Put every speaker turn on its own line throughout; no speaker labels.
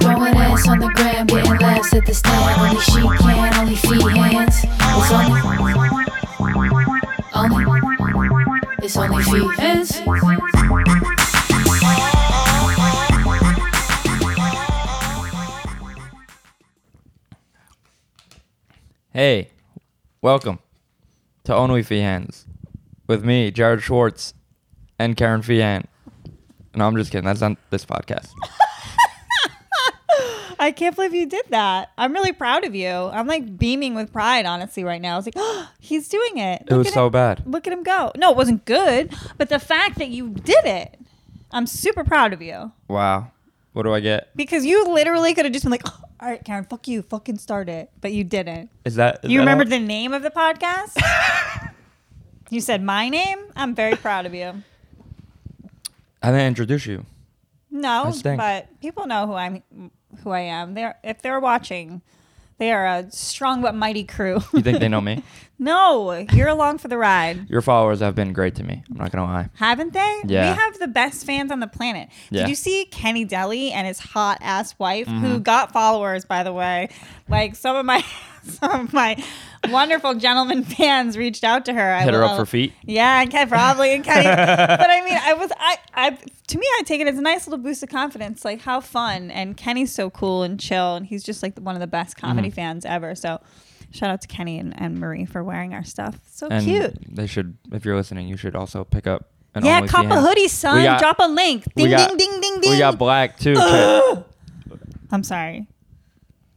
It's on the gram, getting laughs at this time. Only she can, only feet, hands. It's only, only, it's only feet, hands.
Hey, welcome to Only Fehans with me, Jared Schwartz, and Karen Feehan. No, I'm just kidding. That's not this podcast.
I can't believe you did that. I'm really proud of you. I'm like beaming with pride, honestly, right now. I was like, oh, he's doing it.
It was
at
so
him.
bad.
Look at him go. No, it wasn't good, but the fact that you did it, I'm super proud of you
Wow. What do I get?
because you literally could have just been like, oh, all right, Karen, fuck you, fucking start it, but you didn't.
Is that is
You
that
remember
all?
the name of the podcast? you said my name. I'm very proud of you.
I didn't introduce you. I
No,
stink.
but people know who I'm, who I am. They're if they're watching, they are a strong but mighty crew.
You think they know me?
No, you're along for the ride.
Your followers have been great to me. I'm not gonna lie.
Haven't they?
Yeah.
We have the best fans on the planet.
Yeah. Mm-hmm.
Did you see Kenny Deli and his hot ass wife, who got followers, by the way? Like some of my some of my wonderful gentleman fans reached out to her. I
Hit her up
will-
for feet.
Yeah, and Ken probably and Kenny. but I mean, I was I I to me I take it as a nice little boost of confidence. Like how fun and Kenny's so cool and chill, and he's just like one of the best comedy
Mm-hmm.
fans ever. So. Shout out to Kenny and, and Marie for wearing our stuff. So
And
cute.
they should if you're listening, you should also pick up an
Yeah,
Only
cop a
Fehans.
hoodie, son.
We got-
Drop a link.
we
Ding,
got-
ding, ding, ding, ding.
We got black too. Chip.
I'm sorry.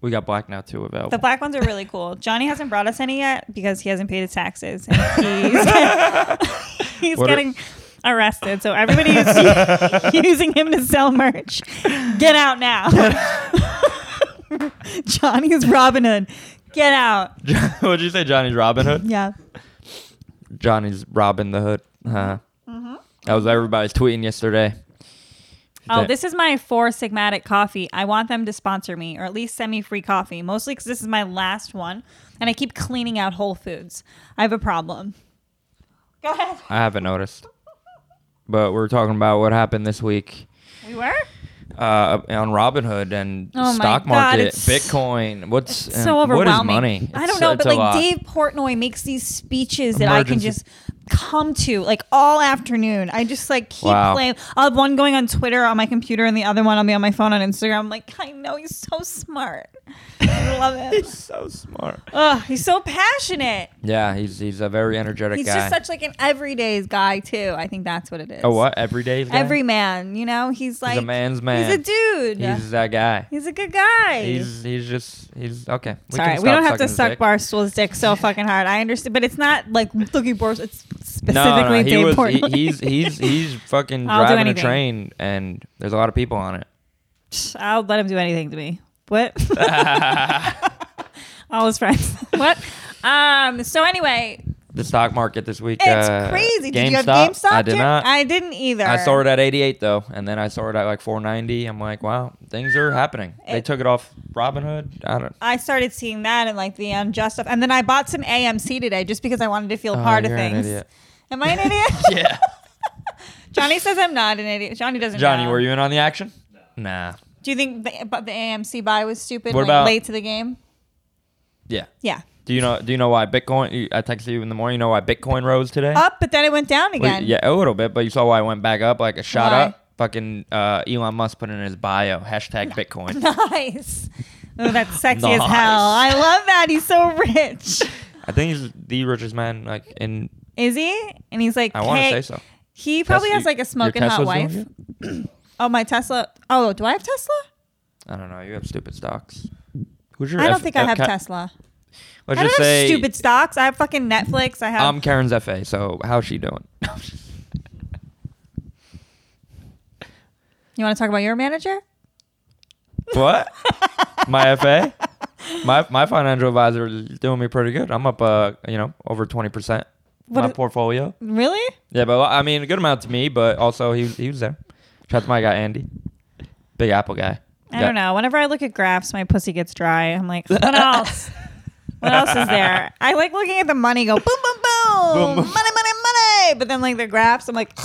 we got black now too available.
The black ones are really cool. Johnny hasn't brought us any yet because he hasn't paid his taxes. And he's he's
What are-
getting arrested. So everybody who's using him to sell merch, get out now. Johnny is Robin Hood. Get out.
What'd you say, Johnny's Robin Hood?
Yeah.
Johnny's Robin the Hood. Huh.
Mm-hmm.
That was everybody's tweeting yesterday.
Oh,
That-
this is my four Sigmatic coffee. I want them to sponsor me or at least send me free coffee, mostly because this is my last one and I keep cleaning out Whole Foods. I have a problem. Go ahead.
I haven't noticed. But we're talking about what happened this week
We were?
uh, on Robin Hood and
Oh my
stock
God,
market,
it's-
Bitcoin. What's and
so
What
overwhelming.
is money?
I
It's-
don't know,
it's
but
a
like
lot.
Dave Portnoy makes these speeches that I can
Emergency-
just come to like all afternoon. I just like keep
Wow.
playing. I'll have one going on Twitter on my computer and the other one I'll be on my phone on Instagram. I'm like, I know he's so smart. I love him.
so smart.
Ugh, he's so passionate.
Yeah, he's he's a very energetic
He's
guy.
just such like an everyday guy too. I think that's what it is.
a what every day? guy?
Every man, you know, he's like
he's a man's man.
He's a dude.
He's
He's,
that guy.
a good guy.
He's he's just he's okay. We
Sorry,
can
we don't
stop
have to
sucking
suck
dick.
Barstool's dick so fucking hard. I understand, but it's not like looking Barstool. It's specifically
No, no, he
Dave
was he,
Portnoy.
he's he's he's fucking
I'll do
driving a
anything.
train, and there's a lot of people on it.
I'll let him do anything to me. What? All his friends. what? Um. So anyway,
The stock market this week.
it's
uh,
crazy. Did you have
GameStop?
GameStop?
I did
Jim?
not.
I didn't either.
I saw it at 88 though, and then I saw it at like 490. I'm like, wow, things are happening. they
It-
took it off Robinhood. I don't.
I started seeing that and like the unjust stuff, and then I bought some AMC today just because I wanted to feel
Oh,
part of
you're an
things.
idiot.
Am I an idiot?
Yeah.
Johnny says I'm not an idiot. Johnny doesn't.
Johnny,
know.
were you in on the action? Nah.
Do you think the, but the AMC buy was stupid?
What
like
about-
late to the game?
Yeah.
Yeah.
Do you know? Do you know why Bitcoin? you- I texted you in the morning. You know why Bitcoin rose today?
Up, but then it went down
Well,
again.
yeah, a little bit, but you saw why it went back up, like a shot
Why?
up. Fucking uh, Elon Musk put in his bio hashtag Bitcoin.
Nice. Oh, that's sexy as
Nice.
hell. I love that. He's so rich.
I think he's the richest man like in.
Is he? And he's like,
I want to
hey-
say so.
He probably
Tesla-
has like
your
a smoking hot
Tesla's doing
wife.
good?
Oh, my Tesla. Oh, do I have Tesla?
I don't know. You have stupid stocks. Who's your
I don't
F-
think I have
F-
Tesla.
Let's
I don't
just
have
say Um,
stupid stocks. I have fucking Netflix. I have.
I'm Karen's FA, so how's she doing?
you want to talk about your manager?
what? My FA? My my financial advisor is doing me pretty good. I'm up uh you know over twenty percent
What
my
is-
portfolio.
Really?
Yeah, but I mean a good amount to me, but also he he was there. Shout out to my guy Andy, Big Apple guy.
I don't know. Whenever I look at graphs, my pussy gets dry. I'm like, what else? what else is there? I like looking at the money go boom, boom, boom,
Boom, boom.
money, money, money. But then like the graphs, I'm like,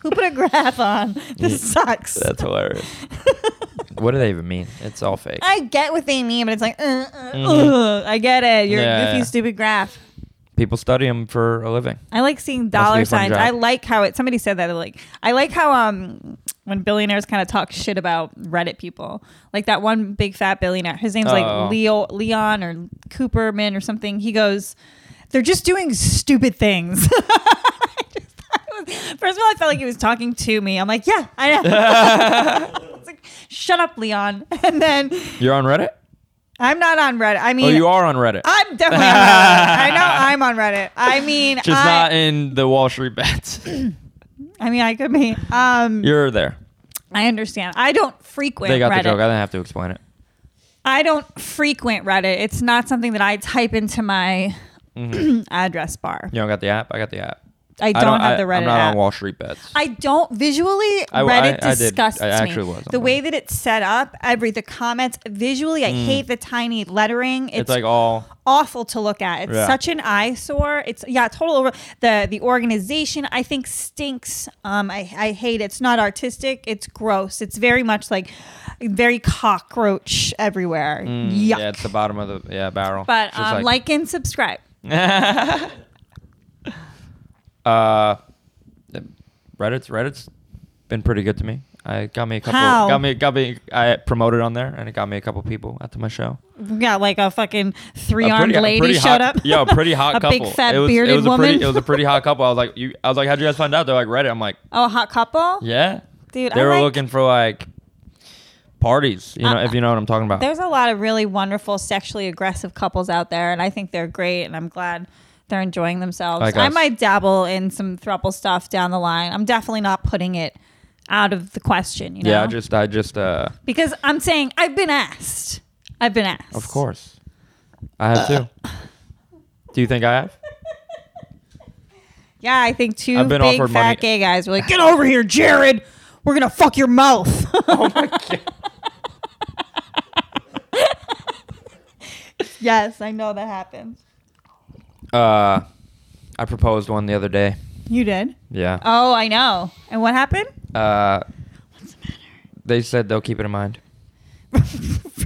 who put a graph on? This sucks.
That's hilarious. What do they even mean? It's all fake.
I get what they mean, but it's like, uh, uh,
Mhm.
uh, I get it. You're
Yeah,
a goofy,
yeah.
stupid graph.
People study them for a living.
I like seeing
be a
dollar
fun
signs.
job.
I like how it. Somebody said that like I like how um when billionaires kind of talk shit about Reddit people. Like that one big fat billionaire. His name's
Oh.
like Leo Leon or Cooperman or something. He goes, they're just doing stupid things. I just thought it was- First of all, I felt like he was talking to me. I'm like, yeah, I know. It's like, Shut up, Leon. And then
You're on Reddit?
I'm not on Reddit. I mean,
Oh, you are on Reddit.
I'm definitely on Reddit. I know I'm on Reddit. I mean,
Just
I,
not in the Wall Street bets.
I mean, I could be. Um,
You're there.
I understand. I don't frequent
They got
Reddit.
the joke. I didn't have to explain it.
I don't frequent Reddit. It's not something that I type into my address bar.
You don't got the app? Mm-hmm. I got the app.
I don't, have the Reddit
I'm not
app.
on Wall Street bets.
I don't visually
I-
Reddit
I- I did.
disgusts
I actually
me.
was on
the
Reddit. Mm.
way that it's set up, every the comments visually, I hate the tiny lettering. It's,
it's like all
awful to look at. It's
Yeah.
such an eyesore. It's yeah, total over the the organization I think stinks. Um I, I hate it. It's not artistic. It's gross. It's very much like very cockroach everywhere. Yuck.
mm, yeah, it's the bottom of the yeah barrel.
but
It's just
um, like, and subscribe.
uh, Reddit's Reddit's been pretty good to me. I got me a couple.
How?
Got me got me. I promoted on there, and it got me a couple people out to my show.
Yeah, like a fucking three
A
armed
pretty- a
lady
pretty hot-
showed up.
Yeah, a pretty hot
a
couple.
big fat
it was,
bearded
it was a
woman.
Pretty, it was a pretty hot couple. I was like, you. I was like, how'd you guys find out? They're like Reddit. I'm like,
oh, a hot couple?
yeah.
Dude,
they
I
were
like-
looking for like parties. You know,
Uh,
if you know what I'm talking about.
There's a lot of really wonderful sexually aggressive couples out there, and I think they're great, and I'm glad they're enjoying themselves.
Like
I
us.
might dabble in some throuple stuff down the line. I'm definitely not putting it out of the question, you know?
yeah, I just, I just, uh,
because I'm saying I've been asked. I've been asked.
of course, I have too. Do you think I have?
Yeah, I think 2
I've been
big
offered
fat
money.
gay guys were like, "Get over here, Jared. We're gonna fuck your mouth."
Oh my god.
yes, I know that happened.
Uh, I proposed one the other day.
You did.
Yeah.
Oh, I know. And what happened?
Uh, they said they'll keep it in mind.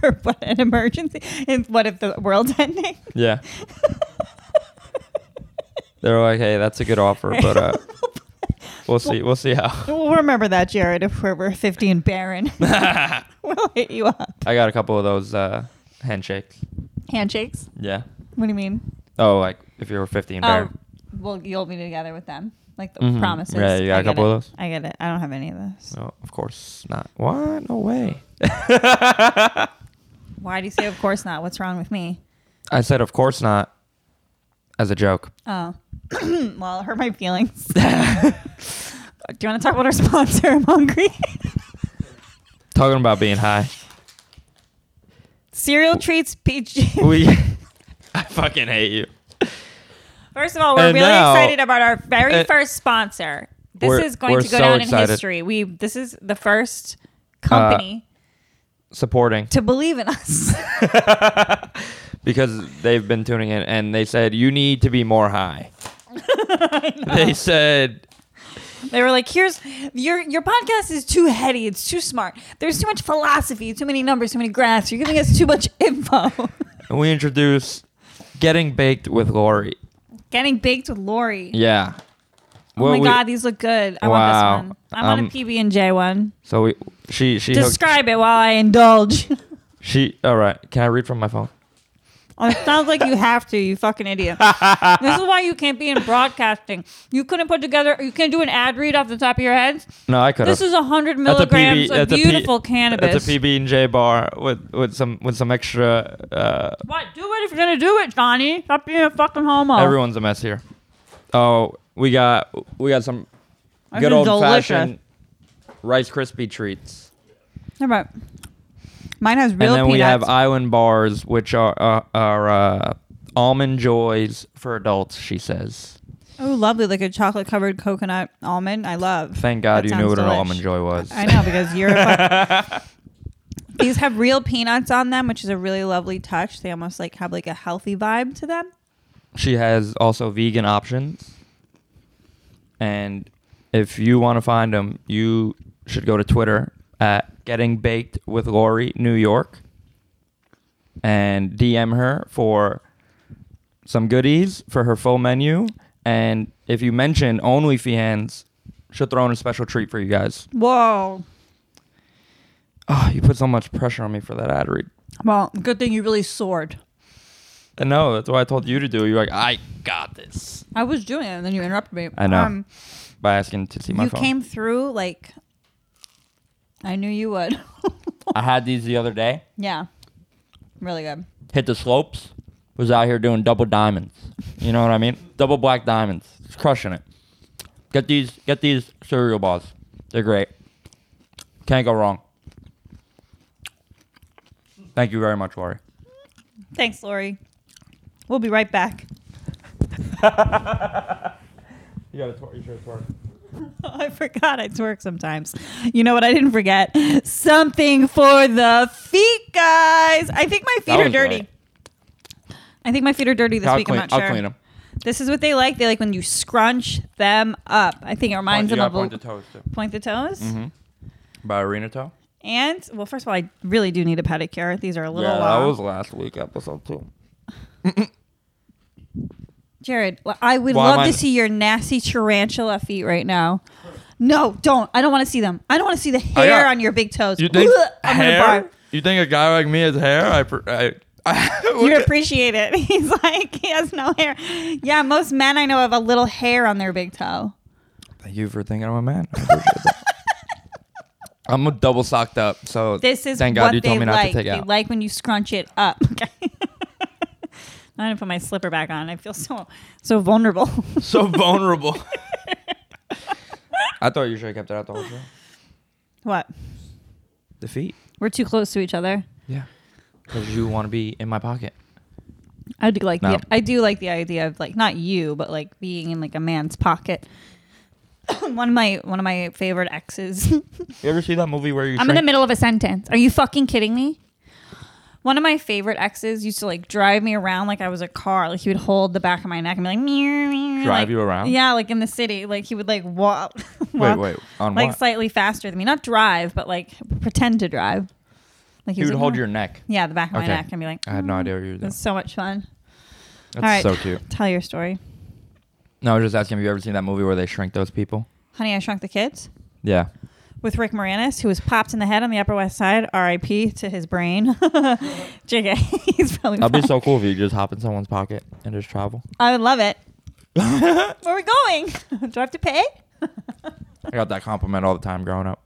For what an emergency? And what if the world's ending?
Yeah. they were like, "Hey, that's a good offer, but uh, we'll see. We'll see how."
We'll remember that, Jared, if we're, we're 50 and barren. we'll hit you up.
I got a couple of those uh, handshakes.
Handshakes?
Yeah.
What do you mean?
Oh, like if you were 15, bear.
Oh, well, you'll be together with them. Like the
Mhm.
promises.
Yeah, you got
I
a
get
couple
it.
of those? Oh.
I get it. I don't have any of those.
No, of course not. What? No way.
Why do you say, of course not? What's wrong with me?
I said, "Of course not," as a joke.
Oh. well, it hurt my feelings. do you want to talk about our sponsor? I'm hungry.
Talking about being high.
Cereal treats, peach.
We. I fucking hate you.
First of all, we're
And
really
now-
excited about our very
Uh,
first sponsor. This
We're-
is going
we're
to go
so
down in
excited.
history. We this is the first company
Uh, Supporting.
to believe in us.
because they've been tuning in and they said you need to be more high. they said
they were like, "Here's your your podcast is too heady. It's too smart. There's too much philosophy. Too many numbers. Too many graphs. You're giving us too much info."
and we introduce getting baked with Lori.
Getting baked with Lori.
Yeah.
oh my god, these look good. I
Wow.
want this one. I want
Um,
a PB and J one.
So we she she hooked-
Describe it while I indulge.
she all right. Can I read from my phone?
Oh, it sounds like you have to, you fucking idiot. this is why you can't be in broadcasting. You couldn't put together, you can't do an ad read off the top of your head.
No, I could.
This is 100 milligrams of beautiful cannabis.
It's a PB and J bar with with some with some extra. Uh,
What? Do it if you're going to do it, Johnny. Stop being a fucking homo.
Everyone's a mess here. Oh, we got we got some
This
good old
is delicious.
fashioned Rice Krispie treats.
All right. Mine has real
and then
peanuts.
we have island bars, which are uh, are uh, almond joys for adults. She says.
oh, lovely. Like a chocolate covered coconut almond. I love.
Thank God
That
you knew
sounds
what an
delish.
almond joy was.
I know because you're. A fu- These have real peanuts on them, which is a really lovely touch. They almost like have like a healthy vibe to them.
She has also vegan options, and if you want to find them, you should go to Twitter uh, Getting Baked with Lori, New York, and DM her for some goodies for her full menu. And if you mention only Fians, she'll throw in a special treat for you guys.
Whoa.
Oh, you put so much pressure on me for that ad read.
Well, good thing you really soared.
And no, that's what I told you to do. You're like, I got this
I was doing it, and then you interrupted me.
I know. by asking to see my
Um, you
phone.
came through like I knew you would.
I had these the other day.
yeah, really good.
hit the slopes, was out here doing double diamonds. You know what I mean? Double black diamonds. Just crushing it. Get these get these cereal bars. They're great. Can't go wrong. Thank you very much, Lori.
Thanks, Lori. We'll be right back.
You gotta twerk, you should twerk.
I forgot I twerk sometimes. You know what? I didn't forget something for the feet, guys. I think my feet
That
are
was
dirty.
right.
I think my feet are dirty this
I'll,
week.
clean,
I'm not
I'll
sure.
clean them.
This is what they like. They like when you scrunch them up. I think it reminds
you
them
gotta point
of a-
the Mm-hmm. toes too.
point the toes.
By Arena Toe?
And well, first of all, I really do need a pedicure. These are a little
yeah,
long.
that was last week episode too.
Jared, well, I would
Why am
love
I-
to see your nasty tarantula feet right now. No, don't. I don't want to see them. I don't want to see the
I
hair
got-
on your big toes.
Oh, You think
I'm gonna
hair?
barf.
You think a guy like me has hair? I, pr- I, I look
You'd
at-
appreciate it. He's like, he has no hair. Yeah, most men I know have a little hair on their big toe.
Thank you for thinking I'm a man. I appreciate that. I'm a double socked up, so
This is
thank
what
God you
they
told me not to
like.
take
they
out.
like when you scrunch it up. Okay. I'm gonna put my slipper back on. I feel so so vulnerable.
so vulnerable. I thought you should have kept it out the whole show.
what?
The feet.
We're too close to each other.
Yeah. Because you want to be in my pocket.
I do like
No.
the I do like the idea of like not you, but like being in like a man's pocket. one of my one of my favorite exes.
You ever see that movie where you
I'm in the middle of a sentence. Are you fucking kidding me? One of my favorite exes used to like drive me around like I was a car. Like he would hold the back of my neck and be like, meow, meow,
Drive
like-
you around?
Yeah, like in the city. Like he would like walk,
Wait,
walk
wait. On
like
what?
slightly faster than me. Not drive, but like pretend to drive. Like
you
was
would
like,
hold
"Meow."
your neck.
yeah the back of
Okay.
my neck and be like,
I had no idea what you were
it
doing.
was so much fun.
That's
All right.
so cute.
Tell your story.
No, I was just asking. Have you ever seen that movie where they shrink those people?
Honey, I Shrunk the Kids
Yeah.
with Rick Moranis, who was popped in the head on the Upper West Side, RIP to his brain. JK, he's probably.
That'd be
fine.
so cool if you could just hop in someone's pocket and just travel.
I would love it. Where are we going? Do I have to pay?
I got that compliment all the time growing up.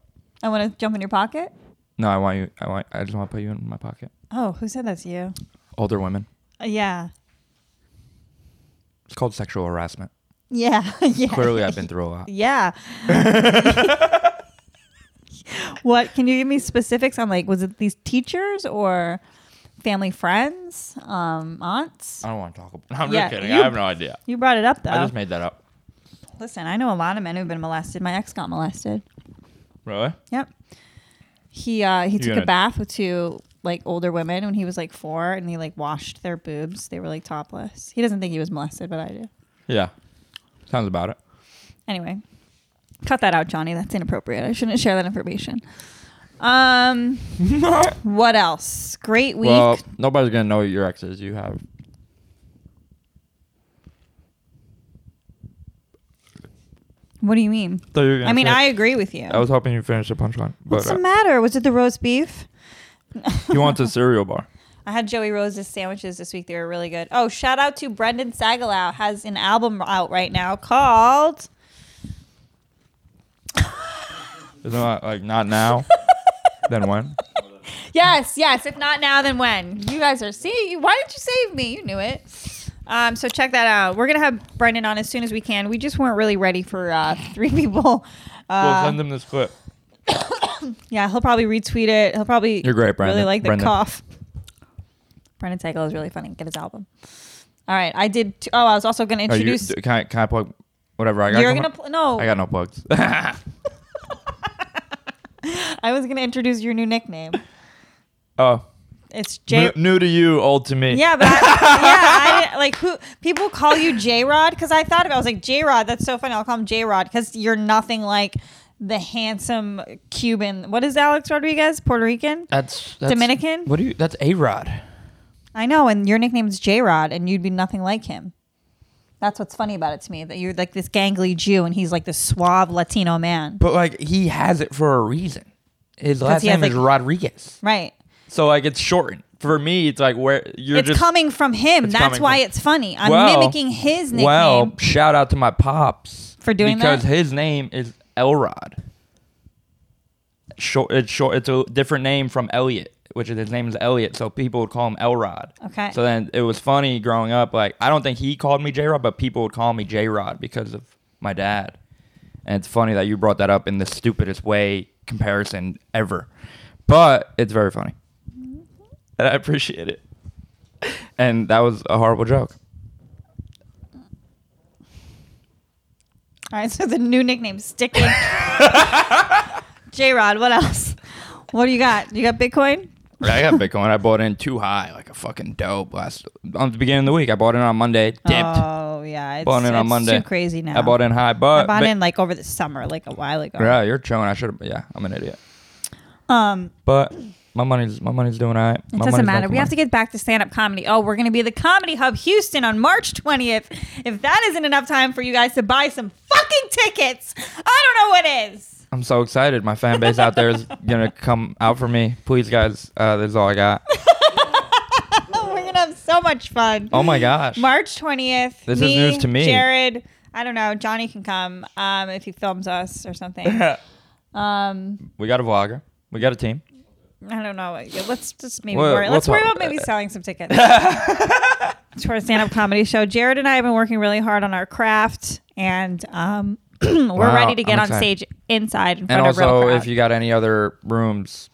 I want to jump in your pocket.
No, I want you. I want. I just want to put you in my pocket.
Oh, who said that's you?
Older women.
Uh, yeah.
It's called sexual harassment.
Yeah. yeah.
Clearly, I've been through a lot.
Yeah. what? Can you give me specifics on like, was it these teachers or family friends, um, aunts?
I don't want to talk about. I'm
Yeah,
just kidding.
you-
I have no idea.
You brought it up though.
Uh, I just made that up.
Listen, I know a lot of men who've been molested. My ex got molested.
Really?
Yep. He uh he took
gonna-
a bath with two like older women when he was like four and he like washed their boobs. They were like topless. He doesn't think he was molested, but I do.
Yeah. Sounds about it.
Anyway. Cut that out, Johnny. That's inappropriate. I shouldn't share that information. Um what else? Great week.
Well, nobody's gonna know your exes. You have.
what do you mean?
So you're gonna
I mean,
say-
I agree with you.
I was hoping you finished the punchline, but
What's
uh,
the matter? Was it the roast beef?
you want the cereal bar.
I had Joey Rose's sandwiches this week. They were really good. Oh, shout out to Brendan Sagalow has an album out right now called
It's not like not now. then
Uh,
when?
Yes, yes. If not now, then when? You guys are see. Why didn't you save me? You knew it. Um, so check that out. We're gonna have Brendan on as soon as we can. We just weren't really ready for uh, three people.
we'll
Uh,
send them this clip.
yeah, he'll probably retweet it. He'll probably
You're great, Brendan.
Really like the
Brendan.
cough. Brendan Sagalow is really funny. Get his album. All right, I did. T- oh, I was also gonna
Are you,
introduce.
d- can I can I plug whatever I got?
You, are
going-
gonna pl- no.
I got no plugs.
I was gonna introduce your new nickname.
oh,
It's
new,
J.
new to you, old to me.
Yeah, but I, yeah, I didn't, like who people call you J Rod because I thought about. it. I was like J Rod, that's so funny. I'll call him J Rod because you're nothing like the handsome Cuban. What is Alex Rodriguez? Puerto Rican?
That's, that's
Dominican?
What do you? That's a Rod.
I know, and your nickname's J Rod, and you'd be nothing like him. That's what's funny about it to me that you're like this gangly Jew, and he's like this suave Latino man,
But like he has it for a reason. His last
he has,
name is
like-
Rodriguez,
right?
so like it's shortened. For me, it's like where you're
it's
just
coming from him.
It's
That's
coming
why
from-
it's funny. I'm
Well,
mimicking his nickname.
Well, shout out to my pops
For doing
because
that?
his name is Elrod. Short, it's short. It's a different name from Elliot, which is his name is Elliot. So people would call him Elrod.
Okay.
So then it was funny growing up. Like I don't think he called me J Rod, but people would call me J Rod because of my dad. And it's funny that you brought that up in the stupidest way comparison ever, but it's very funny, and I appreciate it. And that was a horrible joke.
All right, so the new nickname sticking. J Rod, what else? What do you got? You got Bitcoin?
I got Bitcoin. I bought in too high, like a fucking dope last on the beginning of the week. I bought in on Monday, dipped.
Oh yeah, it's,
bought in on
it's
Monday.
too crazy now.
I bought in high, but
I bought
but-
in like over the summer, like a while ago.
Yeah, you're chilling. I should. have Yeah, I'm an idiot.
Um,
But my money's my money's doing all right.
it doesn't matter. We have to get back to stand up comedy. Oh, we're gonna be at the Comedy Hub Houston on March twentieth. If that isn't enough time for you guys to buy some fucking tickets, I don't know what is.
I'm so excited. My fan base out there is gonna come out for me. Please, guys. Uh, this is all I got.
Oh, we're gonna have so much fun.
Oh my gosh.
March 20th.
This is news to me.
Jared, I don't know. Johnny can come um, if he films us or something. um,
we got a vlogger. We got a team.
I don't know. Let's just maybe
Well,
worry.
we'll
Let's worry
talk
about maybe
about it.
selling some tickets to our stand up comedy show. Jared and I have been working really hard on our craft and um, we're
Wow,
ready to get
I'm
on
excited.
stage inside in
And
front of real
also,
crowd.
if you got any other rooms,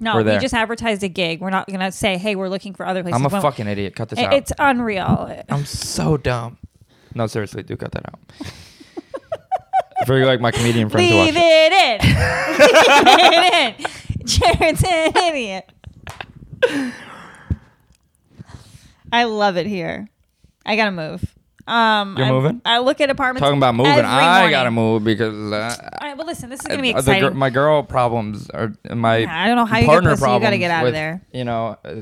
no,
we're
we
there.
just advertised a gig. We're not going to say, hey, we're looking for other places.
I'm a
When-
fucking idiot. Cut this
it-
out.
It's unreal.
I'm so dumb. No, seriously, do cut that out. For like my comedian friends who watch
Leave
it.
it in. Leave it in. Jared's an idiot. I love it here. I gotta move. Um,
You're
I-
moving?
I look at apartments.
Talking about moving,
every
I
morning.
gotta move because uh,
All right, well, listen, this is gonna be
uh, the gir-
exciting.
my girl problems are my
Yeah, I don't know how you get
partner
pussy, you gotta
problems
get out of
with,
there.
You know, uh,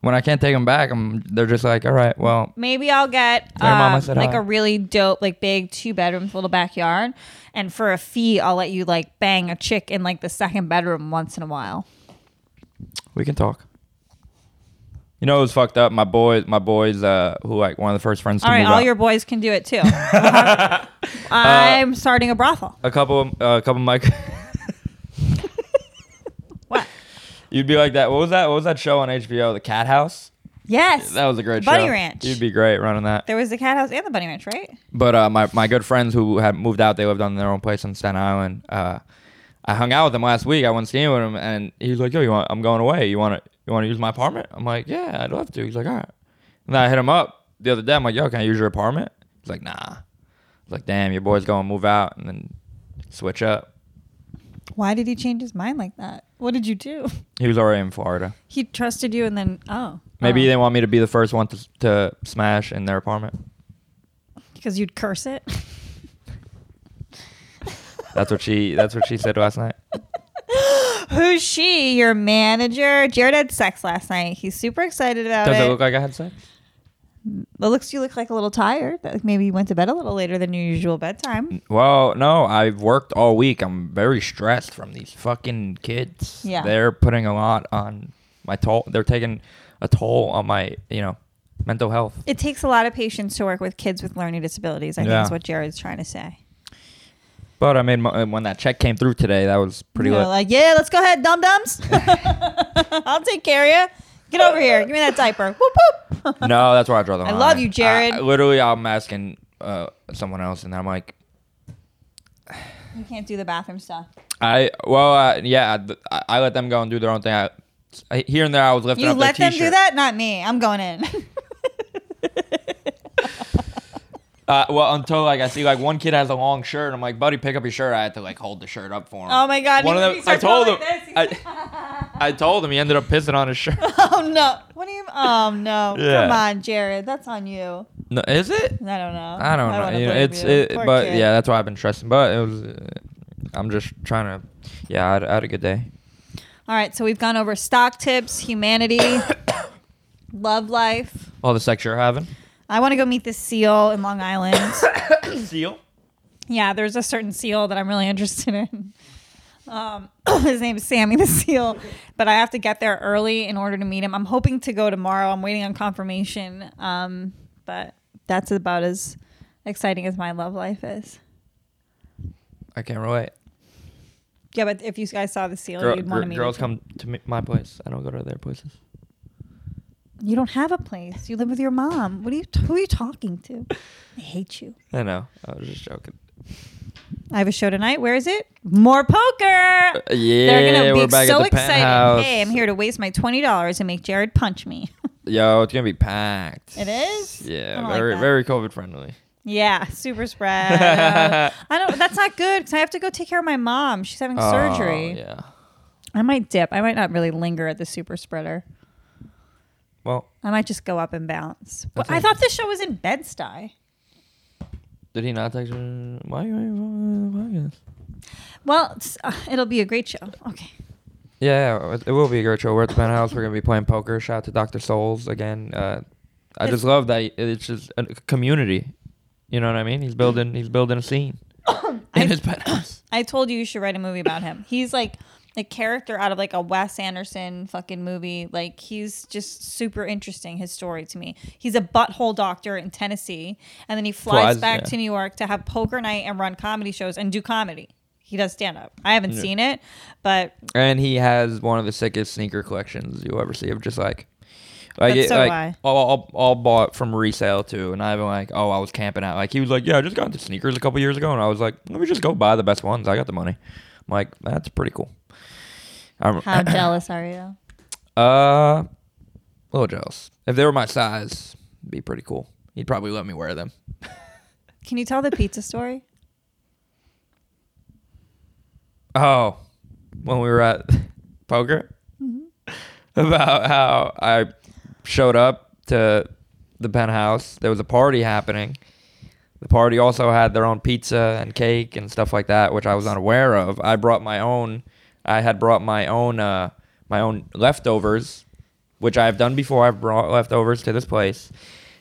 when I can't take them back, I'm they're just like, all right, well,
Maybe I'll get
Sorry, Mom, I
um,
said
like
hi.
a really dope, like big two bedroom, with a little backyard, and for a fee, I'll let you like bang a chick in like the second bedroom once in a while.
we can talk. You know, it was fucked up. My boys, my boys, uh, who like one of the first friends to
All right,
move
all
out.
your boys can do it too. Uh-huh. I'm starting a brothel.
a couple, of- uh, a couple, of my.
What?
You'd be like that. What was that? What was that show on HBO? The Cat House.
Yes.
That was a great
Bunny
show.
Ranch.
You'd be great running that.
there was the cat house and the bunny ranch, right?
But uh, my my good friends who had moved out, they lived on their own place on Staten Island. Uh, I hung out with them last week. I went skiing with him, and he was like, "Yo, you want? I'm going away. You want to you want to use my apartment?" I'm like, "Yeah, I'd love to." He's like, "All right." And then I hit him up the other day. I'm like, "Yo, can I use your apartment?" He's like, "Nah." I was like, "Damn, your boy's going to move out and then switch up."
Why did he change his mind like that? What did you do?
He was already in Florida.
He trusted you and then oh.
Maybe they want me to be the first one to, to smash in their apartment.
because you'd curse it.
That's what she. That's what she said last night.
Who's she? Your manager? Jared had sex last night. He's super excited about
Does
it.
it look like I had sex?
it looks you look like a little tired. Like maybe you went to bed a little later than your usual
Mm.
bedtime.
Well, no, I've worked all week. I'm very stressed from these fucking kids.
Yeah.
They're putting a lot on my toll. They're taking a toll on my, you know, mental health.
It takes a lot of patience to work with kids with learning disabilities. I
Yeah.
think is what Jared's trying to say.
But I made my, when that check came through today, that was pretty
They're
lit.
like, yeah, let's go ahead, dum dums. I'll take care of you. Get over here. Give me that diaper. Whoop whoop.
no, that's where I draw the line.
love you, Jared.
I- literally, I'm asking uh, someone else, and I'm like,
You can't do the bathroom stuff.
I well, uh, yeah, I, I let them go and do their own thing. I, I- here and there, I was lifting
You
up their
let them do
t-shirt.
that? Not me. I'm going in.
Uh, well, until like I see like one kid has a long shirt, and I'm like, buddy, pick up your shirt. I had to like hold the shirt up for him.
Oh my God,
One
he-
of them,
he
I
starts
told him.
going like this.
I, I told him he ended up pissing on his shirt.
oh no. What do you? Oh no.
Yeah.
Come on, Jared. That's on you.
No, is it?
I don't know.
I don't know.
wanna
You know,
blame
it's
you.
it,
Poor
but
kid.
yeah, that's why I've been stressing. But it was. Uh, I'm just trying to. Yeah, I had, I had a good day.
All right, so we've gone over stock tips, humanity, love life.
All the sex you're having.
I want to go meet this seal in Long Island.
Seal.
yeah, there's a certain seal that I'm really interested in. Um, his name's Sammy the Seal, but I have to get there early in order to meet him. I'm hoping to go tomorrow. I'm waiting on confirmation. Um, but that's about as exciting as my love life is.
I can't relate.
Yeah, but if you guys saw the seal,
Girl,
Oh, you'd want to
gir-
meet.
girls
it, too.
come to me, my place. I don't go to their places.
You don't have a place. You live with your mom. What are you? who are you talking to? I hate you.
I know. I was just joking.
I have a show tonight. Where is it? More poker.
yeah,
They're gonna be
we're back
so
at the
excited.
penthouse.
Hey, I'm here to waste my twenty dollars and make Jared punch me.
Yo, it's gonna be packed.
It is? I
Yeah,
don't like
very
that.
very COVID friendly.
yeah, super spread. Uh, I don't. That's not good because I have to go take care of my mom. She's having surgery.
Oh, Yeah.
I might dip. I might not really linger at the super spreader.
Well,
I might just go up and bounce. But
That's
I
it.
thought this show was in Bed-Stuy.
did he not text you? Why are you on the podcast?
Well, it's, uh, it'll be a great show. Okay.
Yeah, yeah, it- it will be a great show. We're at the penthouse. We're gonna be playing poker. Shout out to Dr. Souls again. Uh, I just love that he- it's just a community. You know what I mean? He's building. He's building a scene in his penthouse.
I told you you should write a movie about him. He's like a character out of like a Wes Anderson fucking movie. Like he's just super interesting. His story to me. He's a butthole doctor in Tennessee, and then he flies,
Flies,
back
yeah.
to New York to have poker night and run comedy shows and do comedy. He does stand up. I haven't seen it, but
And he has one of the sickest sneaker collections you'll ever see. Of just like, like,
That's
it,
so why.
like all, all, all bought from resale too. And I've been like, oh, I was camping out. Like he was like, yeah, I just got into sneakers a couple years ago, and I was like, let me just go buy the best ones. I got the money. I'm like, that's pretty cool. I'm,
how jealous are you?
uh, a little jealous. If they were my size, it'd be pretty cool. He'd probably let me wear them.
Can you tell the pizza story?
Oh, when we were at poker,
Mm-hmm.
about how I showed up to the penthouse. There was a party happening. The party also had their own pizza and cake and stuff like that, which I was unaware of. I brought my own. I had brought my own uh, my own leftovers, which I have done before. I've brought leftovers to this place,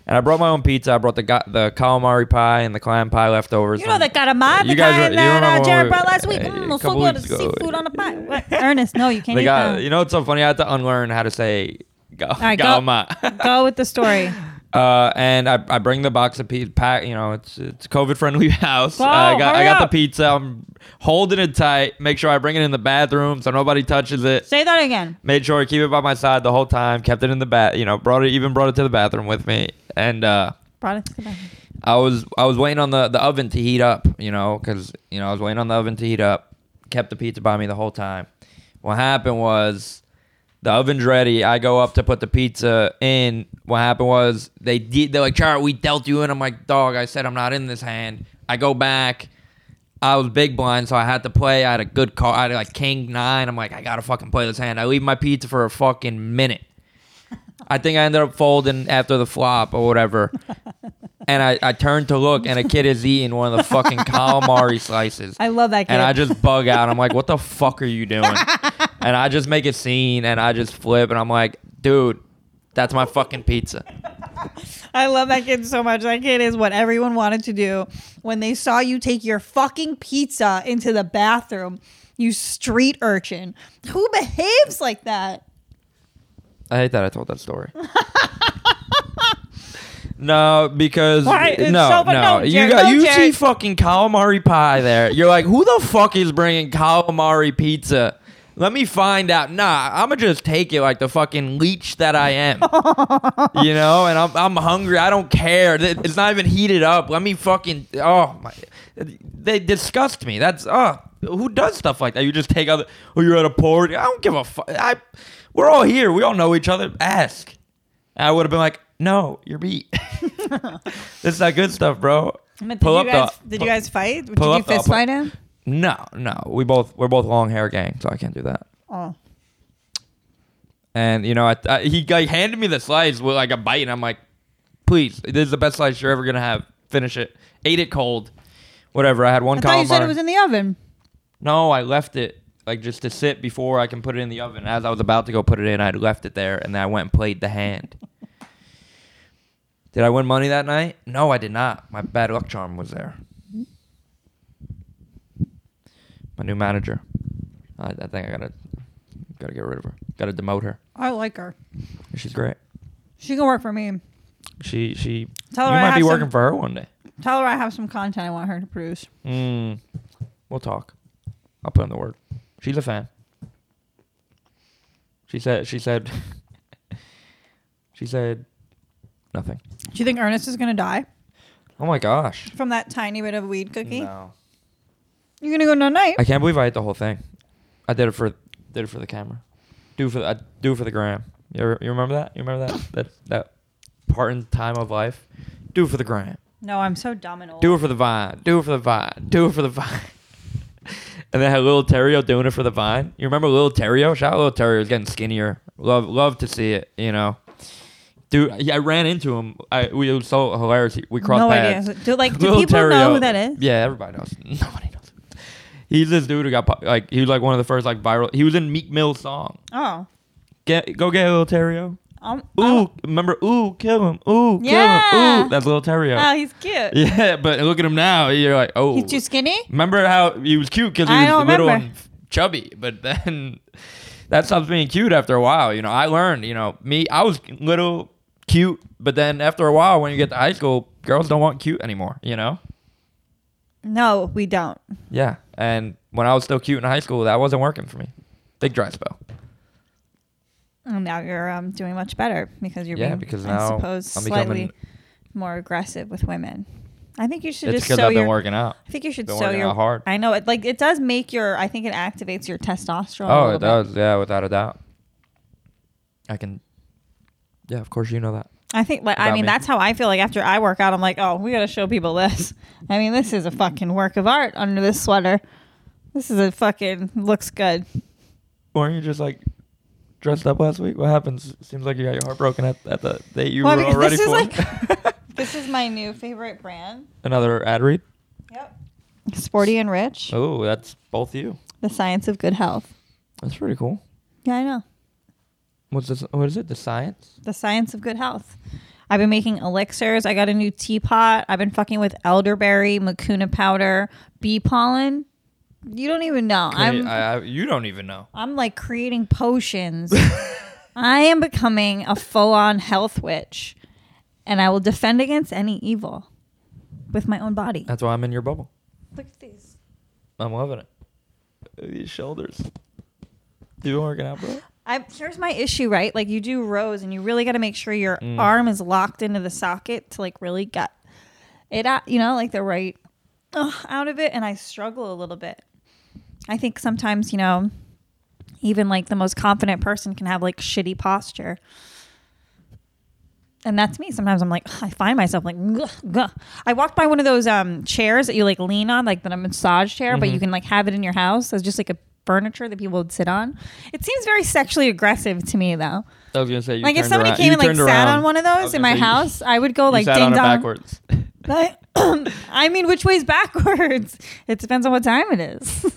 and I brought my own pizza. I brought the ga- the calamari pie and the clam pie leftovers.
You know
from-
the calamari
You guys
kind
re- you
that
remember
uh,
when
Jared
we-
brought last week.
uh,
Mm,
a
full
couple
good
weeks ago.
seafood on a pie. What? Ernest, no, you can't
They
eat
got,
that.
you know what's so funny? I had to unlearn how to say ga-
right, go.
galma.
Go with the story.
Uh, and I, I bring the box of pizza. Pack, you know, it's it's COVID friendly house.
Go,
I got I
hurry
got
up.
the pizza. I'm holding it tight. Make sure I bring it in the bathroom so nobody touches it.
Say that again.
Made sure I keep it by my side the whole time. Kept it in the bath. You know, brought it even brought it to the bathroom with me. And uh,
Brought it to the bathroom.
I was I was waiting on the, the oven to heat up, you know, because you know I was waiting on the oven to heat up. Kept the pizza by me the whole time. What happened was the oven's ready. I go up to put the pizza in. What happened was they did. They're like, "Char, we dealt you in." I'm like, "Dog, I said I'm not in this hand." I go back. I was big blind, so I had to play. I had a good card. I had like king nine. I'm like, I gotta fucking play this hand. I leave my pizza for a fucking minute. I think I ended up folding after the flop or whatever. and I, I turned to look, and a kid is eating one of the fucking calamari slices.
I love that kid.
And I just bug out. I'm like, what the fuck are you doing? and I just make a scene, and I just flip, and I'm like, dude, that's my fucking pizza.
I love that kid so much. That kid is what everyone wanted to do when they saw you take your fucking pizza into the bathroom. You street urchin. Who behaves like that?
I hate that I told that story. no, because
Why? It's
no,
so- but
no,
no,
you
Jared,
got
no,
you see
Jared.
fucking calamari pie there. You're like, who the fuck is bringing calamari pizza? Let me find out. Nah, I'ma just take it like the fucking leech that I am. you know, and I'm I'm hungry. I don't care. Th- It's not even heated up. Let me fucking oh my, they disgust me. That's uh who does stuff like that? You just take other. Oh, you're at a party. I don't give a fuck. I we're all here. We all know each other. Ask. I would have been like, no, you're beat. this is not good stuff, bro.
Did
Pull
you
up
guys,
the.
did you guys fight? Did
pull
you
up the-
fist fight him?
No, no. We both we're both long hair gang, so I can't do that.
Oh,
And you know, I, I, he like, handed me the slice with like a bite, and I'm like, "Please, this is the best slice you're ever gonna have. Finish it. Ate it cold, whatever." I had one
I thought you said
calamari.
it was in the oven.
No, I left it like just to sit before I can put it in the oven. As I was about to go put it in, I left it there and then I went and played the hand. did I win money that night? No, I did not. My bad luck charm was there. My new manager. I, I think I gotta gotta get rid of her. Gotta demote her.
I like her.
She's great.
She can work for me.
She she.
Tell her
you
I
might be
have
working
some-
for her one day.
Tell her I have some content I want her to produce.
Mm, we'll talk. I'll put in the word. She's a fan. She said. She said. she said nothing.
Do you think Ernest is gonna die
Oh my gosh.
from that tiny bit of weed cookie?
No.
You're gonna go no night.
I can't believe I ate the whole thing. I did it for did it for the camera. Do for the, I do for the gram. You, re- you remember that? You remember that that that part in time of life? Do it for the gram.
no, I'm so dumb and old.
Do it for the vine. Do it for the vine. Do it for the vine. and then had Little Terrio doing it for the vine. You remember Little Terrio? Shout out Little Terrio. He's getting skinnier. Love love to see it, you know. Dude, yeah, I ran into him. I we it was so hilarious. He- We crossed
no
paths.
idea. Do, like, do
Little
people know
Terrio-
who that is?
Yeah, everybody knows. Nobody knows. He's this dude who got pop- like he was like one of the first like viral. He was in Meek Mill's song.
Oh,
Get go get Little Terrio.
um,
Ooh,
oh,
remember? Ooh, kill him. Ooh, kill
Yeah.
him. Ooh, that's Little Terrio.
oh, he's cute.
Yeah, but look at him now. You're like, oh,
He's too skinny.
remember how he was cute because he
I
was
don't
little
remember.
and chubby, but then that stops being cute after a while. You know, I learned. You know, me, I was little, cute, but then after a while, when you get to high school, girls don't want cute anymore. You know?
No, we don't.
Yeah. And when I was still cute in high school, that wasn't working for me. Big dry spell.
And now you're um, doing much better because you're
Yeah,
being,
because
I
now
suppose,
I'm becoming-
slightly more aggressive with women. I think you should
It's
just
because
sew
I've been
your.
working out.
I think you should
been
sew
working
your.
out hard.
I know it. Like it does make your. I think it activates your testosterone. a
Oh,
little
it
bit.
does. Yeah, without a doubt. I can. Yeah, of course you know that.
I think. Like I
About
mean,
me.
that's how I feel. Like after I work out, I'm like, oh, we gotta show people this. I mean, this is a fucking work of art under this sweater. This is a fucking looks good.
weren't you just like dressed up last week? What happens? Seems like you got your heart broken at, at the date you
Well,
were
because
already
this
for.
is like this is my new favorite brand.
Another ad read.
Yep. Sporty and rich.
Oh, that's both you.
The science of good health.
That's pretty cool.
Yeah, I know.
What's this? What is it? The science?
The science of good health. I've been making elixirs. I got a new teapot. I've been fucking with elderberry, macuna powder, bee pollen. You don't even know.
Can
I'm
you- I- I- you don't even know.
I'm like creating potions. I am becoming a full-on health witch, and I will defend against any evil with my own body.
That's why I'm in your bubble.
Look at these.
I'm loving it. These shoulders. You been working out, bro?
I, here's my issue, right? Like you do rows, and you really got to make sure your arm is locked into the socket to like really get it out. You know, like the right ugh, out of it. And I struggle a little bit. I think sometimes, you know, even like the most confident person can have like shitty posture. And that's me. Sometimes I'm like, ugh, I find myself like, ugh, ugh. I walked by one of those um, chairs that you like lean on, like the massage chair, but you can like have it in your house as just like a furniture that people would sit on. It seems very sexually aggressive to me, though.
I was gonna say you
like if
turned
somebody
around-
came
you
and like
turned
sat
around.
on one of
I
those
was
in
gonna
my
say you-
house, I would go
you
like
sat
ding
on it
dong.
backwards.
But- um, I mean, which way's backwards? It depends on what time it is. you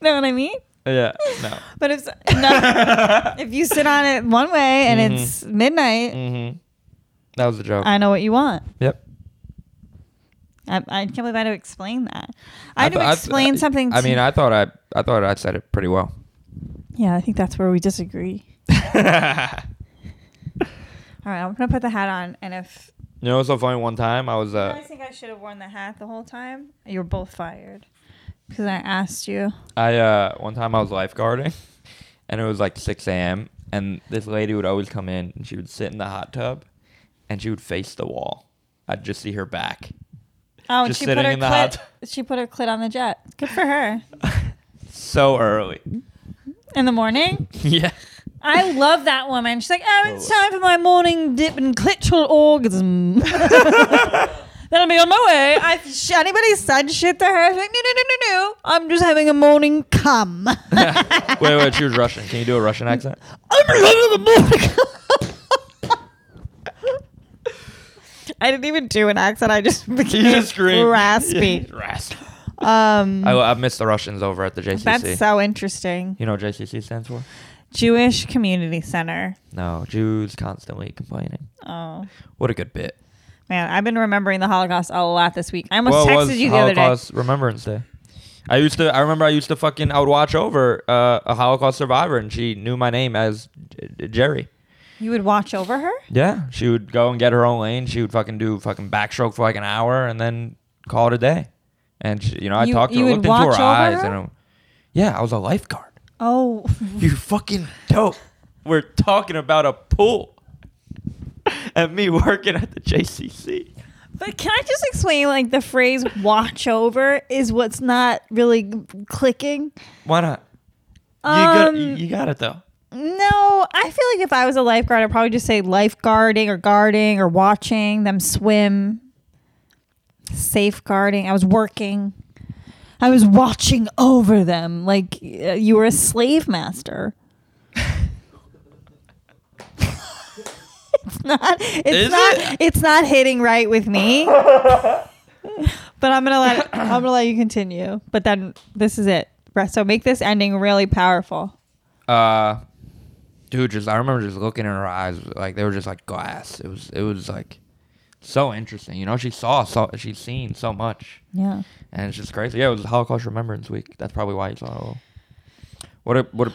know what I mean?
yeah. No.
But if no, if you sit on it one way and it's midnight,
Mm-hmm. That was a joke.
I know what you want.
yep.
I, I can't believe I had to explain that. I had
th-
to
th-
explain something.
I
to-
mean, I thought I, I thought I said it pretty well.
yeah, I think that's where we disagree. All right, I'm gonna put the hat on, and if
You know, it's so funny. One time, I was
I
uh,
think I should have worn the hat the whole time, you're both fired because I asked you.
I uh, one time I was lifeguarding, and it was like 6 a.m. And this lady would always come in, and she would sit in the hot tub, and she would face the wall. I'd just see her back.
Oh, and
Just
she
sitting
put her
in the
clit,
hot-
she put her clit on the jet. Good for her.
So early.
In the morning,
yeah.
I love that woman. She's like, oh, it's time for my morning dip and clitoral orgasm. then I'll be on my way. I, sh- anybody said shit to her? She's like, no, no, no, no, no. I'm just having a morning cum.
wait, wait. She was Russian. Can you do a Russian accent?
I'm loving the morning. cum. I didn't even do an accent. I just became
You just screamed.
raspy.
Rasp.
Um,
I, I missed the Russians over at the JCC.
that's so interesting.
you know what JCC stands for?
Jewish Community Center.
No, Jews constantly complaining.
Oh
What a good bit.
man, I've been remembering the Holocaust a lot this week. I almost
Well, it
texted
was
you the other day.
Holocaust Remembrance Day. I used to. I remember. I used to fucking. I would watch over uh, a Holocaust survivor, and she knew my name as J- J- Jerry.
You would watch over her.
Yeah, she would go and get her own lane. She would fucking do fucking backstroke for like an hour, and then call it a day. And she, you know, I
You-
talked to
you
her, looked
would
into
watch
her
over
eyes,
her?
and i yeah, I was a lifeguard.
Oh,
You fucking dope. We're talking about a pool. And me working at the JCC.
but can I just explain? Like the phrase "watch over" is what's not really clicking.
Why not?
Um,
you, got, you got it though.
No, I feel like if I was a lifeguard, I'd probably just say lifeguarding or guarding or watching them swim, safeguarding. I was working, I was watching over them like uh, you were a slave master. it's not. It's
Is
not.
it?
It's not hitting right with me. but I'm gonna let. I'm gonna let you continue. But then this is it. So make this ending really powerful.
Uh, dude, just I remember just looking in her eyes, like they were just like glass. It was, it was like so interesting. You know, she saw, so she's seen so much,
Yeah.
and it's just crazy. Yeah, it was Holocaust Remembrance Week. That's probably why you saw it. all. What a what a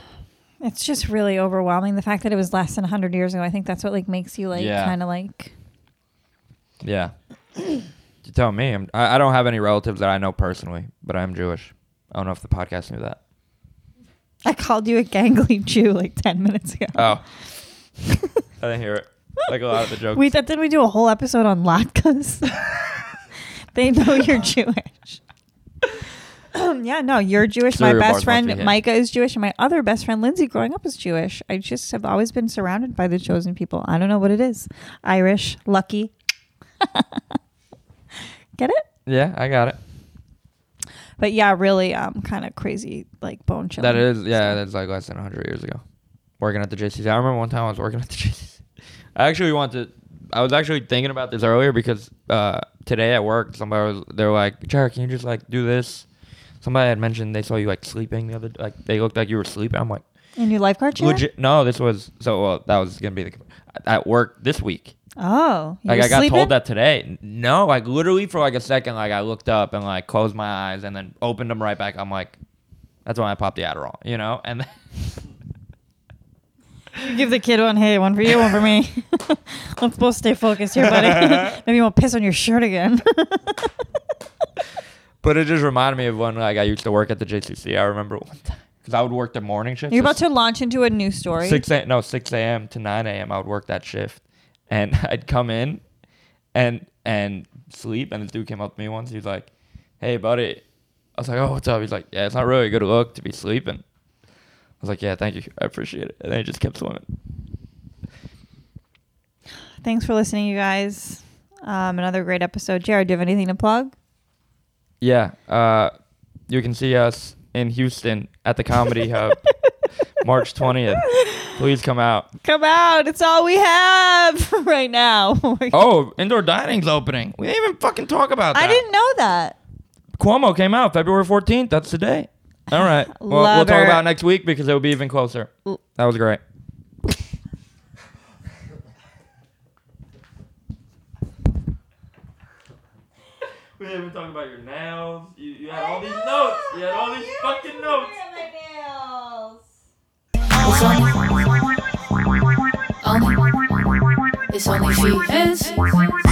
It's just really overwhelming. The fact that it was less than 100 years ago, I think that's what like makes you like
Yeah.
kind of like.
Yeah. you tell me. I'm, I, I don't have any relatives that I know personally, but I'm Jewish. I don't know if the podcast knew that.
I called you a gangly Jew like 10 minutes ago.
Oh. I didn't hear it. Like a lot of the jokes.
We thought did we do a whole episode on latkes? they know you're Jewish. yeah, no, you're Jewish.
Cereal
my
bars
best
must be
friend
hit.
Micah is Jewish, and my other best friend Lindsay, growing up, was Jewish. I just have always been surrounded by the chosen people. I don't know what it is. Irish, lucky. Get it?
yeah, I got it.
But yeah, really um kind of crazy like bone chilling.
That is, yeah,
stuff.
that's like less than 100 years ago. Working at the JCC. I remember one time I was working at the JCC. I actually want to. I was actually thinking about this earlier because uh, today at work, somebody was, they were like, Jared, can you just like do this? Somebody had mentioned they saw you like sleeping the other, like they looked like you were sleeping. I'm like,
And your lifeguard chair?
Legit? No, this was so. Well, that was gonna be the at work this week.
Oh, you
Like
were
I got
sleeping?
told that today. N- No, like literally for like a second, like I looked up and like closed my eyes and then opened them right back. I'm like, that's when I popped the Adderall, you know. And
You give the kid one. Hey, one for you, one for me. Let's both stay focused here, buddy. Maybe you won't piss on your shirt again.
but it just reminded me of when like I used to work at the JCC. I remember one time because I would work the morning shift.
You're about to launch into a new story.
Six a, no six a.m. to nine a.m. I would work that shift, and I'd come in, and and sleep. And this dude came up to me once. He's like, "Hey, buddy." I was like, "Oh, what's up?" He's like, "Yeah, it's not really a good look to be sleeping." I was like, "Yeah, thank you, I appreciate it." And then he just kept swimming.
Thanks for listening, you guys. Um, another great episode. Jared, do you have anything to plug?
Yeah, uh, you can see us in Houston at the Comedy Hub, March twentieth. Please come out.
Come out. It's all we have right now.
Oh, indoor dining's opening. We didn't even fucking talk about that.
I didn't know that.
Cuomo came out February 14th. That's today. All right. Well, we'll talk
Lover.
about it next week because it'll be even closer.
L-
That was great. We didn't even talk about your nails. You, you had all these notes. You had all these fucking notes.
It's only, only, it's only few hands.